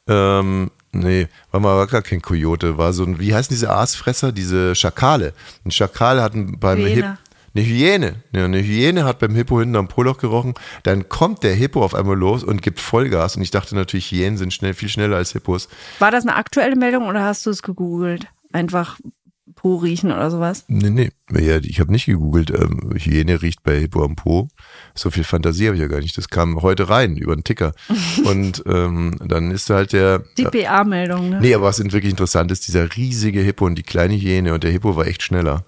[SPEAKER 3] ähm, nee, war mal war gar kein Kojote, war so ein, wie heißen diese Aasfresser, diese Schakale. Ein Schakal hat ein- beim
[SPEAKER 1] Hyäne.
[SPEAKER 3] Hippo. Eine Hyäne. Ja, eine Hyäne hat beim Hippo hinten am Poloch gerochen. Dann kommt der Hippo auf einmal los und gibt Vollgas. Und ich dachte natürlich, Hyänen sind schnell, viel schneller als Hippos.
[SPEAKER 1] War das eine aktuelle Meldung oder hast du es gegoogelt? Einfach Po riechen oder sowas?
[SPEAKER 3] Nee, nee. Ja, ich habe nicht gegoogelt, ähm, Hyäne riecht bei Hippo am Po. So viel Fantasie habe ich ja gar nicht. Das kam heute rein über den Ticker. Und ähm, dann ist halt der.
[SPEAKER 1] Die BA-Meldung, ne?
[SPEAKER 3] Nee, aber was wirklich interessant ist, dieser riesige Hippo und die kleine Hyäne und der Hippo war echt schneller.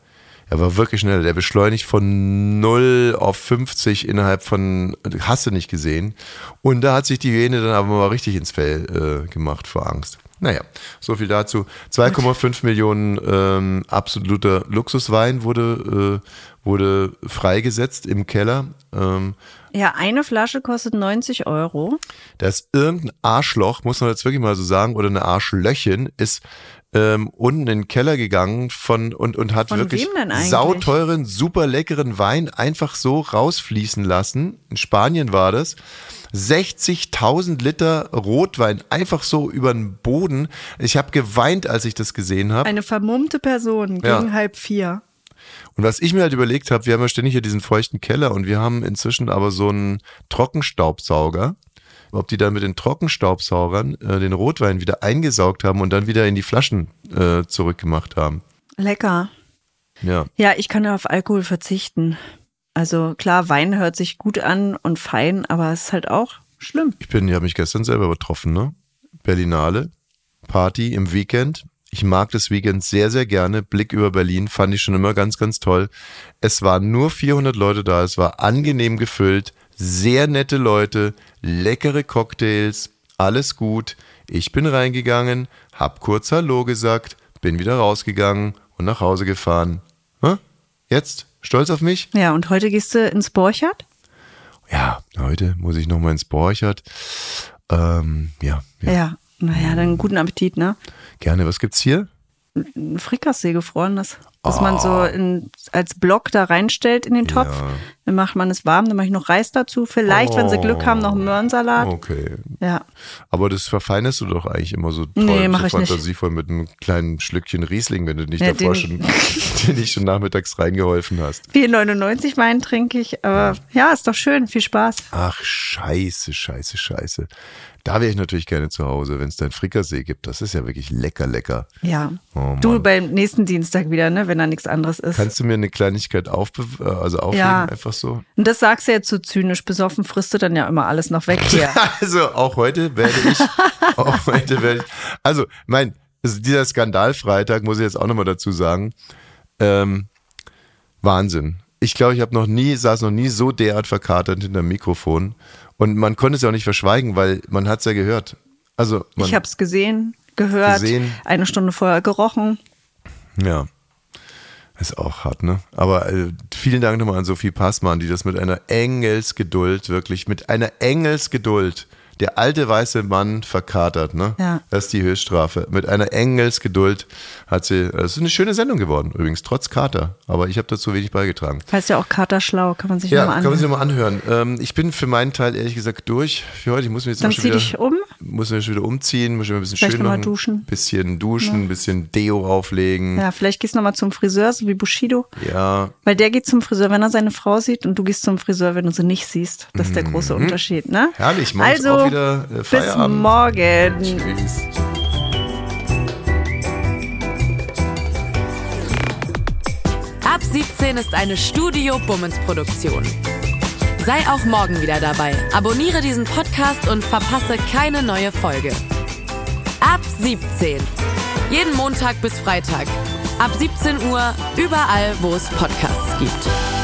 [SPEAKER 3] Er war wirklich schneller. Der beschleunigt von 0 auf 50 innerhalb von, hast du nicht gesehen. Und da hat sich die Hyäne dann aber mal richtig ins Fell äh, gemacht vor Angst. Naja, so viel dazu. 2,5 Millionen ähm, absoluter Luxuswein wurde, äh, wurde freigesetzt im Keller. Ähm,
[SPEAKER 1] Ja, eine Flasche kostet 90 Euro.
[SPEAKER 3] da ist irgendein Arschloch, muss man jetzt wirklich mal so sagen, oder eine Arschlöchin, ist ähm, unten in den Keller gegangen von und, und hat
[SPEAKER 1] Von
[SPEAKER 3] wirklich
[SPEAKER 1] wem denn eigentlich?
[SPEAKER 3] sauteuren, super leckeren Wein einfach so rausfließen lassen. In Spanien war das. 60.000 Liter Rotwein einfach so über den Boden. Ich habe geweint, als ich das gesehen habe.
[SPEAKER 1] Eine vermummte Person gegen
[SPEAKER 3] Ja.
[SPEAKER 1] halb vier.
[SPEAKER 3] Und was ich mir halt überlegt habe, wir haben ja ständig hier diesen feuchten Keller und wir haben inzwischen aber so einen Trockenstaubsauger. Ob die dann mit den Trockenstaubsaugern äh, den Rotwein wieder eingesaugt haben und dann wieder in die Flaschen äh, zurückgemacht haben.
[SPEAKER 1] Lecker.
[SPEAKER 3] Ja.
[SPEAKER 1] Ja, ich kann ja auf Alkohol verzichten. Also klar, Wein hört sich gut an und fein, aber es ist halt auch schlimm.
[SPEAKER 3] Ich bin, ich habe mich gestern selber betroffen, ne? Berlinale, Party im Weekend. Ich mag das Weekend sehr, sehr gerne. Blick über Berlin fand ich schon immer ganz, ganz toll. Es waren nur 400 Leute da. Es war angenehm gefüllt. Sehr nette Leute, leckere Cocktails, alles gut. Ich bin reingegangen, hab kurz Hallo gesagt, bin wieder rausgegangen und nach Hause gefahren. Hä? Jetzt? Stolz auf mich?
[SPEAKER 1] Ja, und heute gehst du ins Borchardt?
[SPEAKER 3] Ja, heute muss ich nochmal ins Borchert. Ähm, ja, ja.
[SPEAKER 1] Ja. Naja, dann guten Appetit, ne?
[SPEAKER 3] Gerne, was gibt's hier?
[SPEAKER 1] Ein Frikassee gefrorenes, was man so
[SPEAKER 3] Ah.
[SPEAKER 1] in, als Block da reinstellt in den Topf. Dann macht man es warm, dann mache ich noch Reis dazu. Vielleicht, wenn sie Glück haben, noch einen Möhrensalat.
[SPEAKER 3] Okay.
[SPEAKER 1] Ja.
[SPEAKER 3] Aber das verfeinerst du doch eigentlich immer so toll,
[SPEAKER 1] Nee, mach
[SPEAKER 3] so
[SPEAKER 1] ich nicht.
[SPEAKER 3] fantasievoll mit einem kleinen Schlückchen Riesling, wenn du nicht
[SPEAKER 1] Ja,
[SPEAKER 3] davor
[SPEAKER 1] den-
[SPEAKER 3] schon, den ich schon nachmittags reingeholfen hast.
[SPEAKER 1] 4,99 Wein trinke ich, aber ja, ist doch schön. Viel Spaß.
[SPEAKER 3] Ach, scheiße, scheiße, scheiße. Da wäre ich natürlich gerne zu Hause, wenn es dein Frikassee gibt. Das ist ja wirklich lecker, lecker.
[SPEAKER 1] Ja.
[SPEAKER 3] Oh,
[SPEAKER 1] du
[SPEAKER 3] Mann.
[SPEAKER 1] beim nächsten Dienstag wieder, ne, wenn da nichts anderes ist.
[SPEAKER 3] Kannst du mir eine Kleinigkeit aufbe äh, also aufheben,
[SPEAKER 1] Ja.
[SPEAKER 3] einfach so?
[SPEAKER 1] Und das sagst du jetzt so zynisch. Besoffen frisst du dann ja immer alles noch weg hier.
[SPEAKER 3] Also auch heute werde ich, auch heute werde ich, also mein, also dieser Skandalfreitag muss ich jetzt auch nochmal dazu sagen, ähm, Wahnsinn. Ich glaube, ich habe noch nie, saß noch nie so derart verkatert hinterm Mikrofon und man konnte es ja auch nicht verschweigen, weil man hat es ja gehört. Also man,
[SPEAKER 1] ich habe es gesehen, gehört,
[SPEAKER 3] Gesehen.
[SPEAKER 1] eine Stunde vorher gerochen.
[SPEAKER 3] ja, ist auch hart, ne? Aber äh, vielen Dank nochmal an Sophie Passmann, die das mit einer Engelsgeduld wirklich, mit einer Engelsgeduld. Der alte weiße Mann verkatert, ne?
[SPEAKER 1] Ja.
[SPEAKER 3] Das ist die Höchststrafe. Mit einer Engelsgeduld hat sie. Es ist eine schöne Sendung geworden, übrigens, trotz Kater. Aber ich habe dazu wenig beigetragen.
[SPEAKER 1] Heißt ja auch Kater schlau, kann man sich
[SPEAKER 3] Ja,
[SPEAKER 1] nochmal
[SPEAKER 3] kann man sich
[SPEAKER 1] anhören.
[SPEAKER 3] nochmal anhören. Ähm, ich bin für meinen Teil ehrlich gesagt durch für heute. Ich muss mir jetzt
[SPEAKER 1] Dann
[SPEAKER 3] auch schon
[SPEAKER 1] zieh
[SPEAKER 3] wieder,
[SPEAKER 1] dich um.
[SPEAKER 3] Muss mir schon wieder umziehen, muss schon wieder ein bisschen
[SPEAKER 1] Vielleicht
[SPEAKER 3] schön
[SPEAKER 1] noch mal
[SPEAKER 3] machen.
[SPEAKER 1] duschen.
[SPEAKER 3] Bisschen duschen, bisschen Deo auflegen.
[SPEAKER 1] Ja, vielleicht gehst du nochmal zum Friseur, so wie Bushido.
[SPEAKER 3] ja,
[SPEAKER 1] Weil der geht zum Friseur, wenn er seine Frau sieht und du gehst zum Friseur, wenn du sie nicht siehst. Das ist der große Unterschied, ne?
[SPEAKER 3] Mhm. Herrlich, morgens
[SPEAKER 1] also,
[SPEAKER 3] auch wieder, äh,
[SPEAKER 1] bis
[SPEAKER 3] Feierabend.
[SPEAKER 1] morgen.
[SPEAKER 3] Tschüss.
[SPEAKER 2] Ab 17 ist eine Studio Bummens Produktion. Sei auch morgen wieder dabei. Abonniere diesen Podcast und verpasse keine neue Folge. Ab 17. Jeden Montag bis Freitag. Ab 17 Uhr überall, wo es Podcasts gibt.